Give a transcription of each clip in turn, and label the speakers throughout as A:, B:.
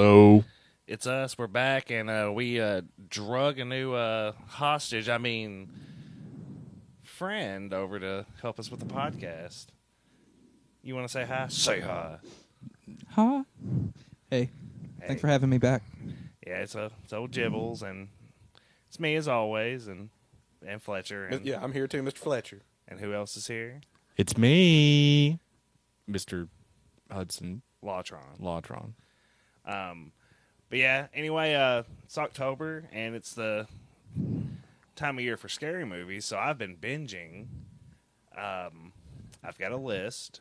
A: Oh. It's us. We're back, and uh, we uh, drug a new uh, hostage. I mean, friend over to help us with the podcast. You want to say hi? Say hi.
B: Huh? Hey,
A: Hey.
B: thanks for having me back.
A: Yeah, it's uh, it's old Jibbles, and it's me as always, and and Fletcher, and,
C: Yeah, I'm here too, Mr. Fletcher.
A: and who else is here?
D: It's me, Mr. Hudson
A: Lawtron.
D: Laudron.
A: Um, but yeah, anyway, uh, it's October, and it's the time of year for scary movies, so I've been binging. Um, I've got a list,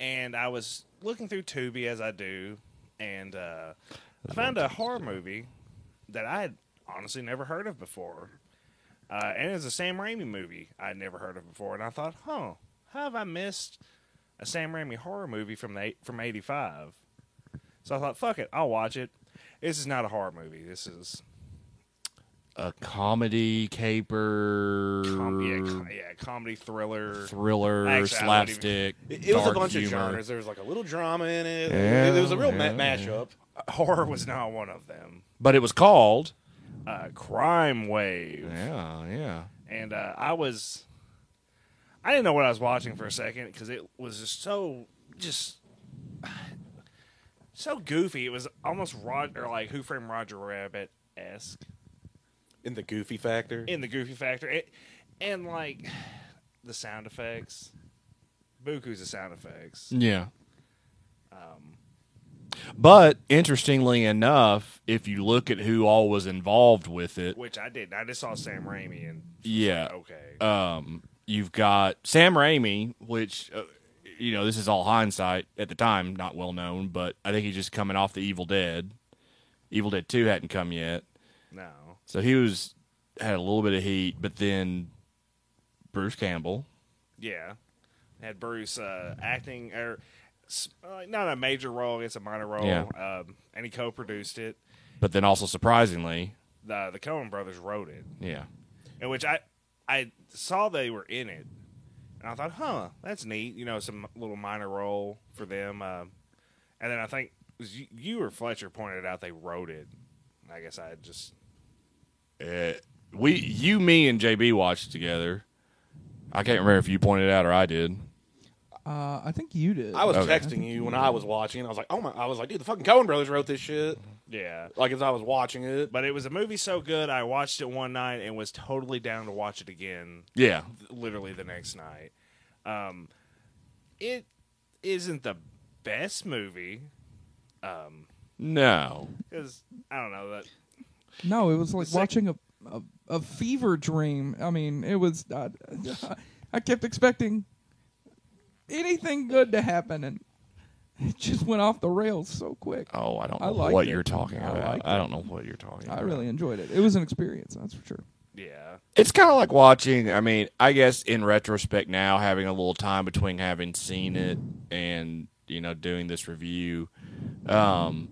A: and I was looking through Tubi as I do, and uh, I found a horror movie that I had honestly never heard of before. Uh, and it's a Sam Raimi movie I'd never heard of before, and I thought, huh, how have I missed a Sam Raimi horror movie from the, eight- from '85? So I thought, fuck it, I'll watch it. This is not a horror movie. This is
D: A comedy caper,
A: com- yeah, com- yeah, comedy thriller.
D: thriller,
A: Actually, I don't even-
D: slapstick.
C: It, it was a
D: dark
C: bunch
D: humor.
C: of genres. There was like a little drama in it.
D: Yeah,
C: it was a real ma-
D: yeah,
C: mashup.
A: Horror was not one of them.
D: but it was called.
A: Uh, Crime Wave,
D: Yeah, yeah.
A: and uh, I was, I didn't know what I was watching for a second because it was just so just so goofy. It was almost Rod or like Who Framed Roger Rabbit esque.
C: In the goofy factor.
A: in the Goofy Factor, it, and like the sound effects. Buku's the sound effects.
D: Yeah. but interestingly enough, if you look at who all was involved with it,
A: Which I didn't. I just saw Sam Raimi and
D: yeah,
A: okay.
D: um, you've got Sam Raimi, which uh, you know this is all hindsight at the time, not well known, but I think he's just coming off the Evil Dead. Evil Dead Two hadn't come yet,
A: no.
D: so he was had a little bit of heat. But then Bruce Campbell,
A: Yeah. Had Bruce uh, acting or s- uh, not a major role, it's a minor role.
D: Yeah.
A: Um, and he co produced it.
D: but then also surprisingly,
A: The the Coen brothers wrote it.
D: yeah,
A: in which I I saw they were in it, and I thought, huh, that's neat. You know, some little minor role for them. Um, and then I think it was you, you or Fletcher pointed out they wrote it. And I guess I just
D: Uh, we you me and JB watched it together. I can't remember if you pointed it out or I did.
B: Uh, I think you did.
C: I was
D: Okay.
C: texting you when I was watching. I was like, oh my! I was like, dude, the fucking Coen Brothers wrote this shit.
A: yeah.
C: Like as I was watching it,
A: But it was a movie so good I watched it one night and was totally down to watch it again
D: Yeah,
A: literally the next night. Um, it isn't the best movie
D: no,
A: because I don't know that
B: No, it was like
A: sec-
B: watching a, a a fever dream. I mean, it was. Uh, I kept expecting anything good to happen, and it just went off the rails so quick.
D: Oh, I don't know
B: I liked
D: what
B: it.
D: you're talking
B: I
D: about. I,
B: liked
D: don't know what you're talking
B: I
D: about.
B: really enjoyed it. It was an experience, that's for sure.
A: yeah
D: It's kind of like watching, I mean, I guess in retrospect now, having a little time between having seen it and, you know, doing this review, um,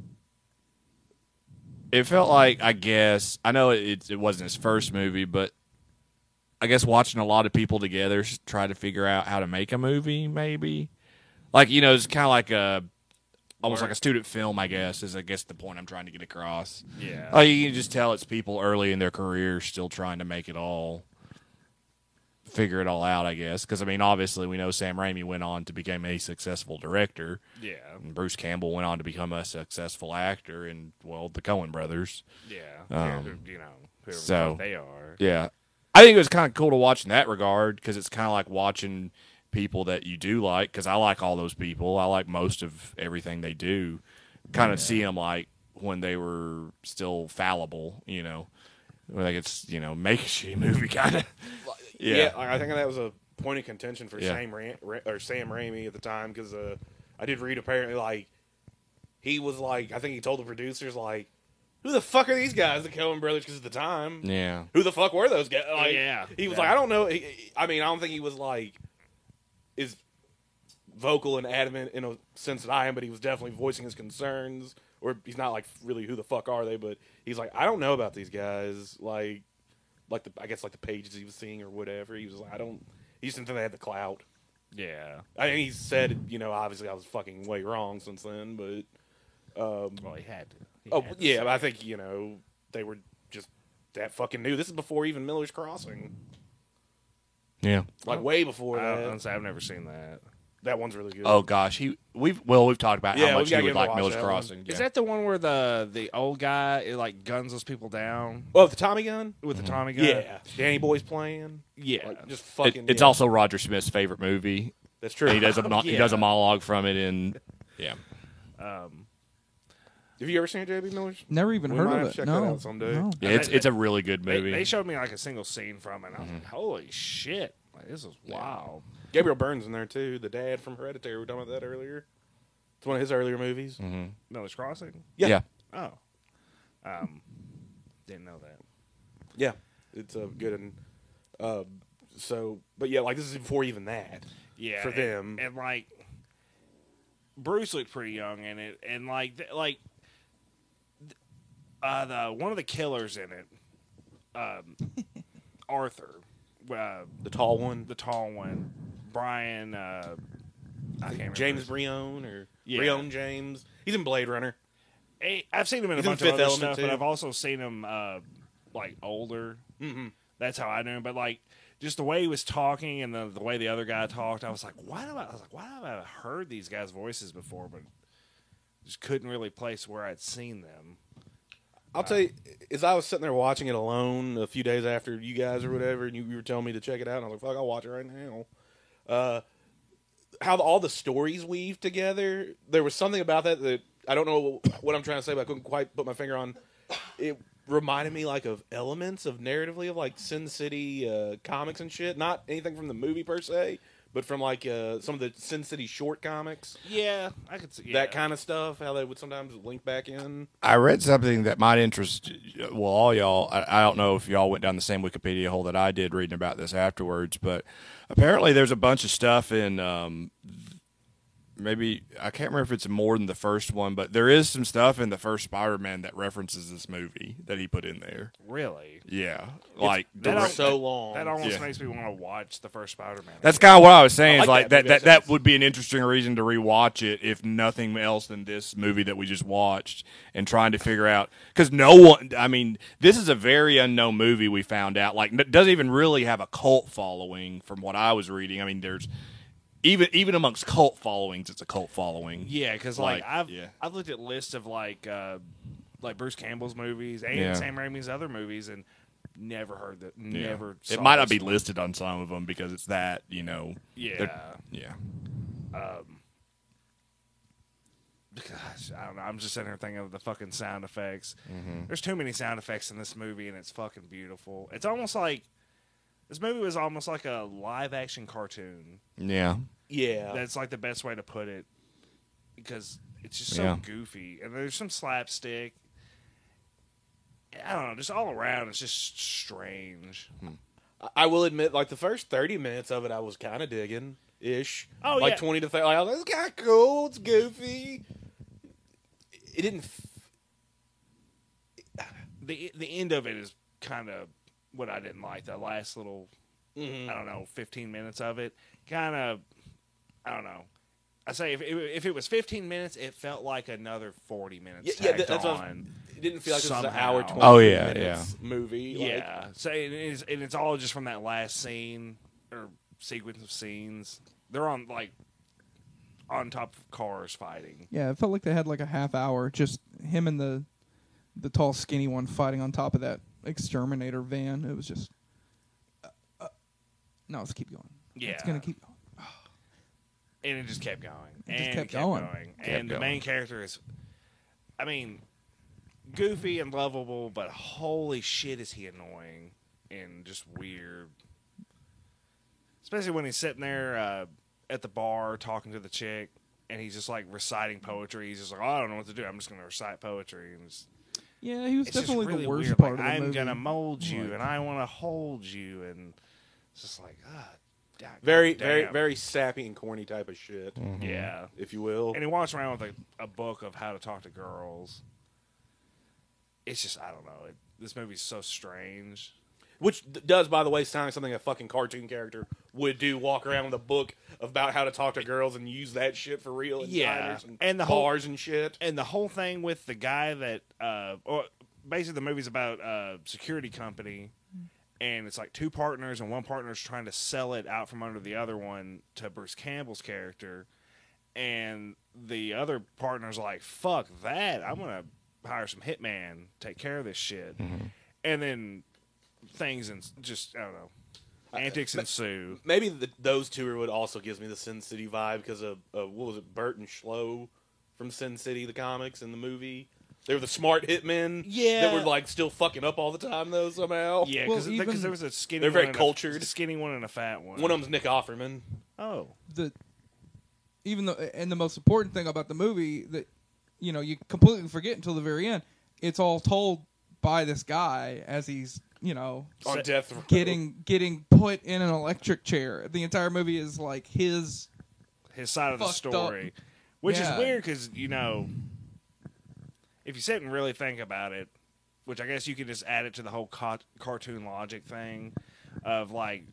D: it felt like, I guess, I know it, it wasn't his first movie, but I guess watching a lot of people together s- try to figure out how to make a movie, maybe. Like, you know, it's kind of like a, almost like a student film, I guess, is I guess the point I'm trying to get across.
A: yeah
D: Oh, you can just tell it's people early in their career still trying to make it all, figure it all out, I guess. Because, I mean, obviously, we know Sam Raimi went on to become a successful director,
A: yeah
D: and Bruce Campbell went on to become a successful actor, and, well, the Coen brothers.
A: Yeah,
D: Um,
A: you know, whoever the
D: so-
A: fuck they are.
D: Yeah. I think it was kind of cool to watch in that regard because it's kind of like watching people that you do like because I like all those people. I like most of everything they do. Kind of see 'em see them like when they were still fallible, you know. Like it's, you know, make a shitty movie kind of.
C: yeah,
D: Yeah.
C: like, I think that was a point of contention for
D: Yeah.
C: Sam Ram- Ra- or Sam Raimi at the time because uh, I did read apparently like he was like I think he told the producers like, who the fuck are these guys, the Coen Brothers? Because at the time,
D: Yeah.
C: who the fuck were those guys? Like,
A: Oh, Yeah.
C: he was
A: Yeah.
C: like, I don't know. He- he- I mean, I don't think he was like is vocal and adamant in a sense that I am, but he was definitely voicing his concerns. Or he's not like really who the fuck are they? But he's like, I don't know about these guys. Like, like the I guess like the pages he was seeing or whatever. He was like, I don't. He just didn't think they had the clout.
A: Yeah.
C: I mean, he said, you know, obviously I was fucking way wrong since then, but
A: Well, he had to.
C: Oh yeah, but I think you know they were just that fucking new. This is before even Miller's Crossing,
D: Yeah.
C: like way before
A: I don't,
C: that.
A: honestly, I've never seen that.
C: That one's really good.
D: Oh gosh, he we've well we've talked about
C: Yeah,
D: how
C: we
D: much
C: gotta
D: he
C: give
D: would
C: him a
D: like
C: watch,
D: Miller's
C: that one.
D: Crossing.
A: Is
D: yeah.
A: that the one where the the old guy it, like guns those people down
C: Oh, the Tommy gun.
A: with the Tommy gun?
C: Yeah, Danny Boy's playing.
A: yeah.
C: Like, just
D: It-
C: fucking.
D: it's
C: yeah.
D: also Roger Smith's favorite movie.
C: that's true.
D: He does a mo- he
A: Yeah.
D: does a monologue from it in yeah.
C: Have you ever seen J.B. Miller's?
B: Never even
C: We
B: heard
C: might
B: of
C: have
B: it.
C: to check
B: no.
C: that out someday.
B: no.
D: Yeah, it's it's a really good
A: They,
D: movie.
A: they showed me like a single scene from it. And I was like,
C: Mm-hmm.
A: holy shit, like, this is wild.
C: Gabriel Burns in there too, the dad from Hereditary. We were talking about that earlier. It's one of his earlier movies.
A: Miller's Crossing.
C: Yeah.
D: Mm-hmm. yeah.
A: Oh, um, didn't know that.
C: Yeah, it's uh, good and uh, so, but yeah, like this is before even that.
A: Yeah,
C: for
A: and-
C: them.
A: and, like Bruce looked pretty young in it, and like th- like th- uh, the one of the killers in it, um, Arthur, uh,
C: the tall one,
A: the tall one, Brian. Uh, I can't remember
C: James
A: his-
C: Breon or
A: Yeah.
C: Breon James. He's in Blade Runner.
A: Hey, I've seen him in a
C: He's in
A: bunch
C: Fifth
A: of other
C: Element,
A: stuff, but
C: too.
A: I've also seen him uh, like older.
C: Mhm.
A: That's how I knew him. But like just the way he was talking and the, the way the other guy talked, I was like, why do I, I was like, why have I heard these guys' voices before? But just couldn't really place where I'd seen them.
C: I'll tell you, as I was sitting there watching it alone a few days after you guys or whatever, and you, you were telling me to check it out, and I was like, "Fuck, I'll watch it right now." Uh, how all the stories weave together. There was something about that that I don't know what I'm trying to say, but I couldn't quite put my finger on. It reminded me like of elements of narratively of like Sin City uh, comics and shit. Not anything from the movie per se, but from like uh, some of the Sin City short comics,
A: Yeah, I could see
C: that kind of stuff. How they would sometimes link back in.
D: I read something that might interest well all y'all. I, I don't know if y'all went down the same Wikipedia hole that I did reading about this afterwards, but apparently there's a bunch of stuff in um, maybe I can't remember if it's more than the first one, but there is some stuff in the first Spider-Man that references this movie that he put in there.
A: really.
D: Yeah, like
A: That
C: were
A: al-
C: so long.
A: That almost
D: Yeah.
A: makes me want to watch the first Spider-Man.
D: That's kind of what I was saying.
C: I
D: is
C: like
D: like
C: that.
D: that
C: Maybe
D: that,
C: that's-
D: that would be an interesting reason to rewatch it, if nothing else than this movie that we just watched and trying to figure out because no one. I mean, this is a very unknown movie. We found out like n- doesn't even really have a cult following from what I was reading. I mean, there's even even amongst cult followings, it's a cult following.
A: Yeah, because like,
D: Like,
A: I've
D: yeah.
A: I've looked at lists of like uh, like Bruce Campbell's movies and
D: Yeah.
A: Sam Raimi's other movies and never heard that.
D: Yeah.
A: Never.
D: It
A: saw
D: might not
A: this
D: be listed on some of them because it's that you know.
A: Yeah.
D: they're- Yeah.
A: Gosh, I don't know. I'm just sitting here thinking of the fucking sound effects.
D: Mm-hmm.
A: There's too many sound effects in this movie, and it's fucking beautiful. It's almost like this movie was almost like a live action cartoon.
D: Yeah.
C: Yeah,
A: That's like the best way to put it because it's just so
D: Yeah.
A: goofy. And there's some slapstick. I don't know. Just all around, it's just strange.
C: I will admit, like the first thirty minutes of it, I was kind of digging ish.
A: Oh,
C: like
A: yeah.
C: twenty to thirty. Like, I was like, it's kind of cool. It's goofy. It didn't. F-
A: The the end of it is kind of what I didn't like. The last little
C: Mhm.
A: I don't know, 15 minutes of it. Kind of, I don't know. I say if it, if it was 15 minutes, it felt like another 40 minutes
C: Yeah,
A: yeah,
C: yeah,
A: tacked
C: that's what I was-
A: on.
C: It didn't feel like this was an
A: Somehow.
C: hour twenty.
D: Oh, yeah,
C: minutes Movie. Like,
A: yeah. So it is, and it's all just from that last scene or sequence of scenes. They're on like on top of cars fighting.
B: Yeah, it felt like they had like a half hour, just him and the the tall, skinny one fighting on top of that exterminator van. It was just. uh, no, let's keep going.
A: Yeah.
B: it's gonna keep going.
A: and it just kept going
B: It
A: and
B: just
A: it
B: kept
A: kept,
B: going.
A: going,
D: Kept
A: and the
D: going.
A: main character is i mean goofy and lovable but holy shit is he annoying and just weird especially when he's sitting there uh, at the bar talking to the chick and he's just like reciting poetry he's just like oh, i don't know what to do i'm just going to recite poetry and just,
B: Yeah, he was
A: it's just
B: definitely
A: really
B: the worst
A: weird.
B: part
A: like,
B: of the
A: i'm
B: movie.
A: going to mold you
B: Like-
A: and i want to hold you and it's just like ah God,
C: Very,
A: Oh, damn.
C: very, very sappy and corny type of shit,
D: Mm-hmm.
B: Mm-hmm.
A: yeah
C: if you will.
A: and he walks around with a, a book of how to talk to girls. It's just I don't know. It, this movie's so strange.
C: Which d- does, by the way, sound like something a fucking cartoon character would do walk around with a book about how to talk to girls and use that shit for real in
A: Yeah.
C: diners and,
A: And the whole-
C: bars and shit.
A: and the whole thing with the guy that uh or basically the movie's about uh security company and it's like two partners and one partner's trying to sell it out from under the other one to Bruce Campbell's character and the other partner's like fuck that I'm going to hire some hitman take care of this shit
C: Mm-hmm.
A: and then things and just I don't know antics ensue
C: Maybe the, those two are what also gives me the Sin City vibe because of uh, what was it, Bert and Schlo from Sin City, the comics and the movie. They were the smart hitmen.
A: Yeah.
C: that were like still fucking up all the time though somehow.
A: yeah
B: Well,
A: because
B: even-
A: there was a skinny
C: They're very
A: one and a-
C: cultured.
A: skinny one and a fat one
C: one of them's Nick Offerman.
A: oh
B: the even though and the most important thing about the movie that you know you completely forget until the very end it's all told by this guy as he's you know
C: on
A: Se-
C: death row.
B: getting getting put in an electric chair the entire movie is like his
A: his side of the
B: Fucked up.
A: story, which
B: Yeah.
A: is weird because you know, if you sit and really think about it, which I guess you could just add it to the whole ca- cartoon logic thing of like,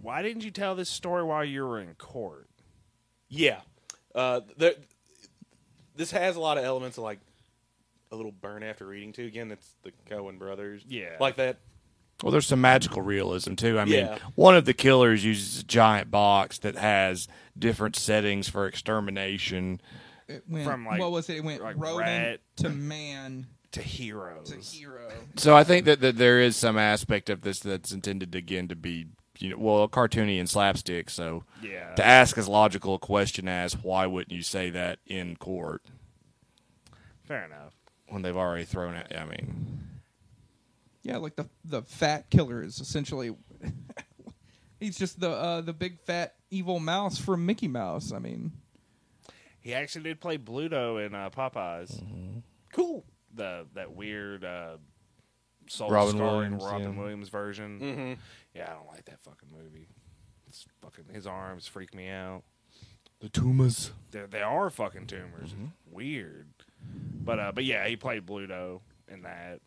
A: why didn't you tell this story while you were in court?
C: Yeah, uh, there, this has a lot of elements of like a little burn after reading too. Again, it's the Cohen brothers.
A: Yeah.
C: like that.
D: Well, there's some magical realism too. I mean,
C: Yeah.
D: one of the killers uses a giant box that has different settings for extermination.
B: it went,
A: From, like-
B: what was it it went
A: like
B: rodent
A: rat-
B: to man
A: To heroes,
B: to hero
D: So I think that, that there is some aspect of this that's intended again to be, you know, well, cartoony and slapstick. So
A: Yeah.
D: to ask as logical a question as why wouldn't you say that in court
A: fair enough.
D: when they've already thrown it? I mean,
B: yeah like the the fat killer is essentially he's just the uh, the big fat evil mouse from mickey mouse i mean
A: He actually did play Bluto in uh, Popeyes,
D: Mm-hmm.
C: Cool.
A: the that weird. Uh, Soul
D: Robin
A: Robin
D: Williams,
A: Williams, Robin
D: yeah.
A: Williams version.
C: Mm-hmm.
A: Yeah, I don't like that fucking movie. It's fucking his arms freak me out.
D: the tumors. Mm-hmm.
A: they they are fucking tumors. It's weird. But uh, but yeah, he played Bluto in that.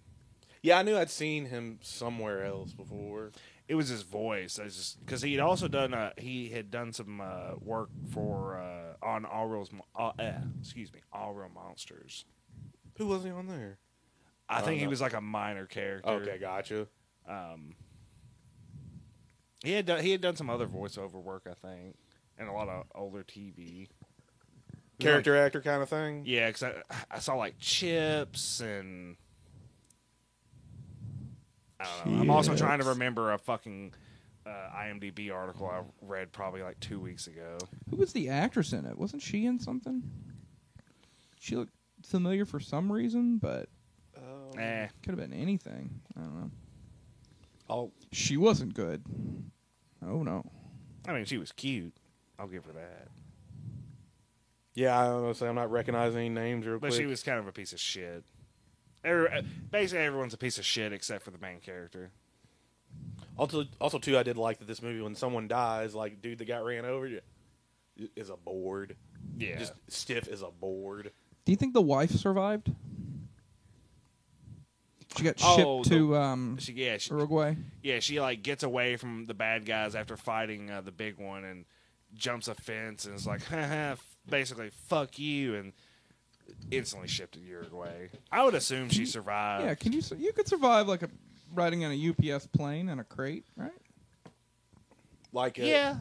C: Yeah, I knew I'd seen him somewhere else before.
A: It was his voice. I was just because he had also done uh, he had done some uh, work for uh, on All Real Mo- uh, eh, excuse me All Real Monsters.
C: Who was he on there?
A: I
C: Oh,
A: think he
C: no.
A: was like a minor character.
C: Okay, gotcha.
A: Um, he had done, he had done some other voiceover work, I think, and a lot of older TV.
C: Character actor kind of thing.
A: Yeah, because I, I saw like Chips and I don't know. I'm also trying to
D: Chips.
A: remember a fucking uh, IMDb article I read probably like two weeks ago.
B: Who was the actress in it? Wasn't she in something? She looked familiar for some reason, but
C: Um,
A: Eh,
B: could have been anything. I don't know.
C: I'll-
B: She wasn't good. Oh no.
A: I mean she was cute. I'll give her that,
C: yeah, I don't know. Say I'm not recognizing any names real
A: but
C: quick.
A: she was kind of a piece of shit. Every, uh, basically, everyone's a piece of shit except for the main character.
C: Also, also too, I did like that this movie when someone dies, like dude that got ran over y- is a board,
A: Yeah,
C: just stiff as a board.
B: Do you think the wife survived? She got shipped
A: Oh, the-
B: to um,
A: she, yeah, she,
B: Uruguay.
A: yeah, she like gets away from the bad guys after fighting uh, the big one and jumps a fence and is like, Haha, basically, fuck you, and instantly shipped to Uruguay. I would assume she survived.
B: yeah, can you su- you could survive like a riding on a UPS plane in a crate, right?
C: Like, uh,
A: yeah,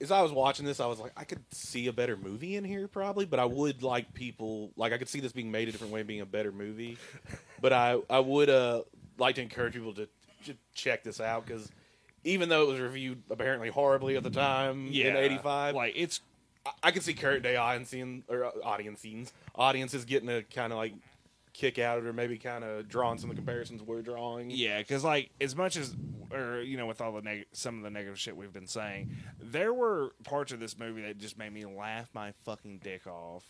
C: As I was watching this, I was like, I could see a better movie in here probably, but I would like people like I could see this being made a different way, and being a better movie. but I I would uh like to encourage people to, to check this out because even though it was reviewed apparently horribly at the time
A: yeah.
C: in '85,
A: like it's
C: I, I could see current day audiences or uh, audience scenes, audiences getting a kind of like kick out of it, or maybe kind of drawing some of the comparisons we're drawing.
A: yeah, because like as much as or you know with all the neg- some of the negative shit we've been saying, there were parts of this movie that just made me laugh my fucking dick off,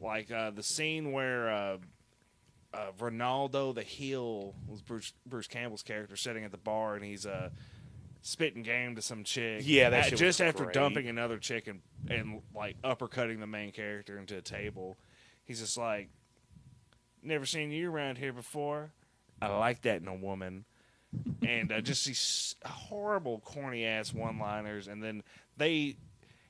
A: like uh, the scene where. Uh, uh, Ronaldo the heel was Bruce Bruce Campbell's character sitting at the bar and he's uh spitting game to some chick.
C: Yeah, that
A: Uh,
C: shit was
A: just after
C: great.
A: dumping another chick and, and like uppercutting the main character into a table. He's just like, never seen you around here before. I like that in a woman. and uh, just these horrible, corny ass one liners. And then they,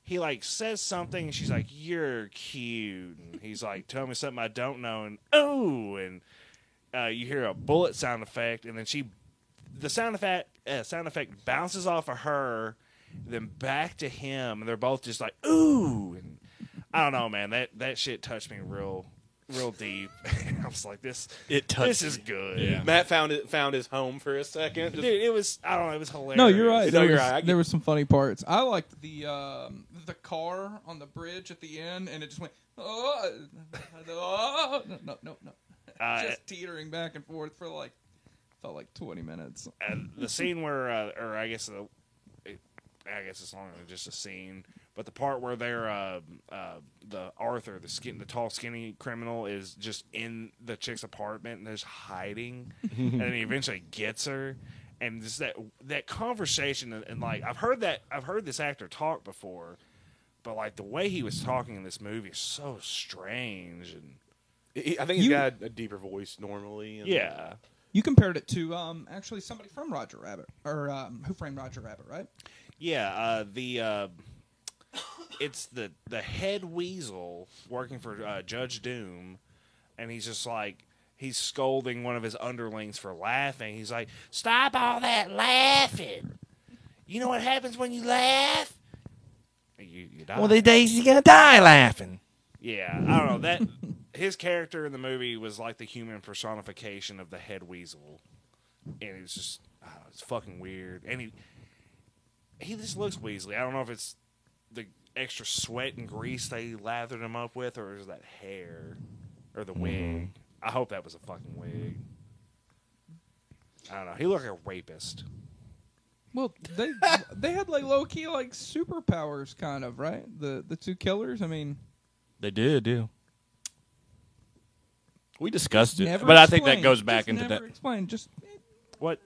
A: he like says something, and she's like, "You're cute." And he's like, "Tell me something I don't know." And oh, and uh, you hear a bullet sound effect, and then she, the sound effect, uh, sound effect bounces off of her, then back to him, and they're both just like, "Ooh." And I don't know, man. That that shit touched me real. Real deep. I was like, "This,
E: It touched
A: this is
E: me.
A: good."
D: Yeah.
C: Matt found it found his home for a second. Just-
A: Dude, it was I don't know, it was hilarious.
B: No, you're right.
C: No,
B: There,
C: you're
B: was,
C: right. I get-
B: there were some funny parts. I liked the um, the car on the bridge at the end, and it just went oh, oh no, no, no, no,
A: Uh,
B: just teetering back and forth for like felt like 20 minutes.
A: uh, the scene where, uh, or I guess the, it, I guess it's longer than just a scene, but the part where they're uh, uh, the Arthur, the skin, the tall skinny criminal, is just in the chick's apartment and just hiding, and then he eventually gets her, and just that that conversation and, and like I've heard that I've heard this actor talk before, but like the way he was talking in this movie is so strange and
C: he- I think he's
B: You-
C: got a deeper voice normally. and-
A: yeah.
B: You compared it to um, actually somebody from Roger Rabbit or um, Who Framed Roger Rabbit, right?
A: Yeah, uh, the uh, it's the the head weasel working for uh, Judge Doom, and he's just like he's scolding one of his underlings for laughing. He's like, "Stop all that laughing! You know what happens when you laugh? You, you die."
E: One of these days he's gonna die laughing.
A: yeah, I don't know that. His character in the movie was like the human personification of the head weasel, and it was just oh, it's fucking weird. And he he just looks Weasley. I don't know if it's the extra sweat and grease they lathered him up with, or is that hair or the
D: Mm-hmm.
A: wig. I hope that was a fucking wig. I don't know. He looked like a rapist.
B: Well, they they had like low key like superpowers, kind of right. The the two killers. I mean,
E: They did, yeah. We discussed it,
B: never
E: but I think that
B: explained.
E: goes back
B: Just
E: into
B: never
E: that.
B: Explain just
A: What?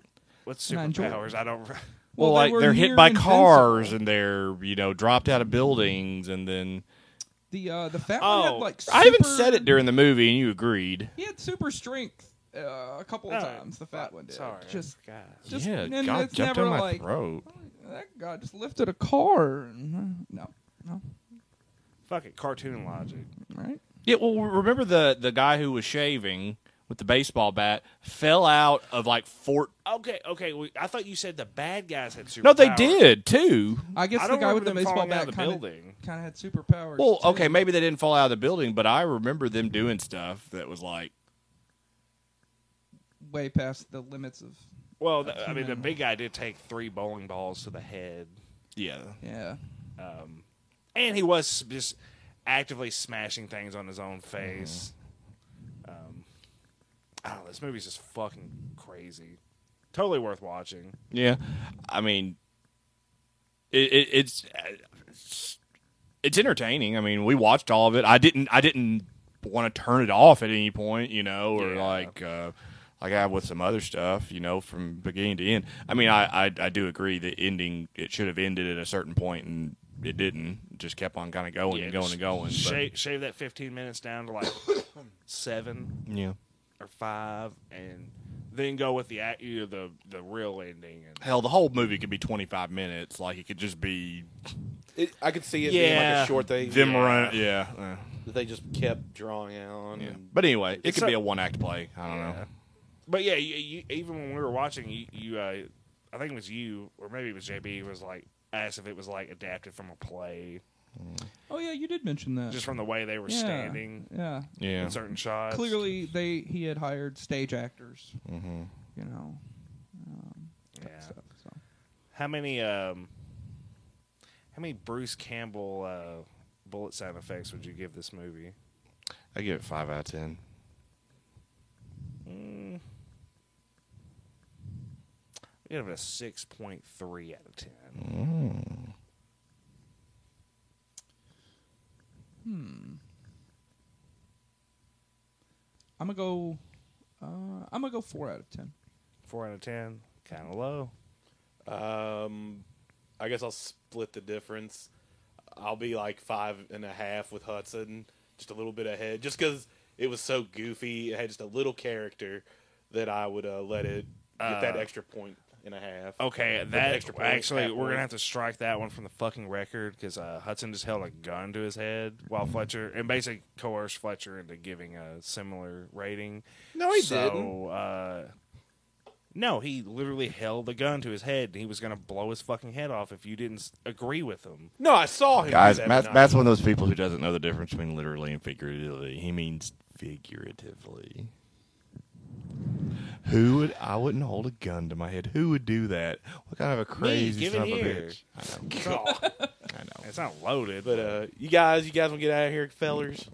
A: What's
B: Not enjoyable.
A: superpowers? I don't.
B: Well,
D: Well,
B: they
D: like
B: were
D: they're
B: near
D: hit by cars
B: invincible.
D: and they're you know dropped out of buildings and then
B: the uh, the fat one had
A: Oh,
B: like.
D: I even
B: super-
D: said it during the movie and you agreed.
B: He had super strength uh, a couple of
A: Oh,
B: times. The fat one did.
A: Sorry.
B: Just,
A: God.
B: just
D: yeah,
B: and
D: God
B: it's
D: jumped
B: never
D: on my
B: like
D: throat.
B: that guy just lifted a car. and- uh, No, no,
A: Fuck it. Cartoon logic.
B: right?
D: Yeah, well, remember the the guy who was shaving with the baseball bat fell out of like fort.
A: Okay, okay. We, I thought you said the bad guys had superpowers.
D: No, they did too.
B: I guess
A: I
B: the
A: don't
B: guy
A: remember
B: with the
A: them
B: baseball
A: falling
B: bat
A: out of the
B: kinda,
A: building.
B: kind of had superpowers.
D: Well,
B: too.
D: okay, maybe they didn't fall out of the building, but I remember them doing stuff that was like,
B: way past the limits of
A: Well, th- I mean, the big guy did take three bowling balls to the head,
D: yeah,
B: yeah.
A: and he was just actively smashing things on his own face. Um, I don't know. This movie's just fucking crazy. Totally worth watching.
D: yeah. I mean, it, it, it's it's- it's entertaining. I mean, we watched all of it. I didn't I didn't want to turn it off at any point, you know, or
A: Yeah.
D: like uh, like I have with some other stuff, you know, from beginning to end. I mean, I, I I do agree that ending it should have ended at a certain point and it didn't. It just kept on kind of going and going
A: just
D: and going. but-
A: Shave, shave that 15 minutes down to like seven
D: yeah.
A: or five, and then go with the act- you know, the the real ending. And
D: Hell, the whole movie could be 25 minutes. Like it could just be
C: It, I could see it being like
A: Yeah.
C: a short thing
D: them
A: Yeah.
D: run. Yeah. uh,
C: that they just kept drawing on.
D: yeah.
C: and-
D: But anyway, it
A: It's
D: could
A: a-
D: be a one act play. I don't know.
A: But yeah, you, you, even when we were watching, you, you uh, I think it was you, or maybe it was JB, was like asked if it was like adapted from a play,
B: Oh yeah, you did mention that.
A: just from the way they were
B: yeah.
A: standing
B: Yeah.
D: Yeah.
A: in certain shots.
B: Clearly, they he had hired stage actors. Mm-hmm. You know.
A: yeah.
B: So, so.
A: How many um, how many Bruce Campbell uh, bullet sound effects would you give this movie?
D: I give it five out of ten.
A: Mm. I give it a six point three out of ten.
B: I'm gonna go. Uh, I'm gonna go four out of ten.
A: Four out of ten, kind of low.
C: Um, I guess I'll split the difference. I'll be like five and a half with Hudson, just a little bit ahead, just because it was so goofy. It had just a little character that I would uh, let it get that extra point and a half.
A: Okay,
C: The
A: that
C: extra point,
A: actually
C: half
A: we're
C: point.
A: gonna have to strike that one from the fucking record because uh, Hudson just held a gun to his head while
C: Mm-hmm.
A: Fletcher and basically coerced Fletcher into giving a similar rating.
C: No, he
A: so,
C: didn't.
A: Uh, no, he literally held the gun to his head and he was gonna blow his fucking head off if you didn't s- agree with him.
C: No, I saw him.
D: Guys,
C: do that,
D: Matt's,
C: but not-
D: Matt's one of those people who doesn't know the difference between literally and figuratively. He means figuratively. Who would? I wouldn't hold a gun to my head. Who would do that? What kind of a crazy
A: give it
D: son of a
A: here.
D: bitch? I know.
C: God.
D: I know.
A: It's not loaded,
C: But uh, you guys, you guys will get out of here, fellers.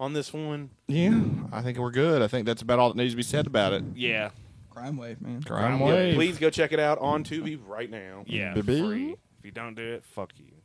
C: On this one,
D: Yeah, I think we're good. I think that's about all that needs to be said about it.
A: yeah,
B: Crime wave, man.
D: Crime
A: Crime wave.
D: wave.
C: please go check it out on Tubi right now.
A: yeah,
D: Baby.
A: free. If you don't do it, fuck you.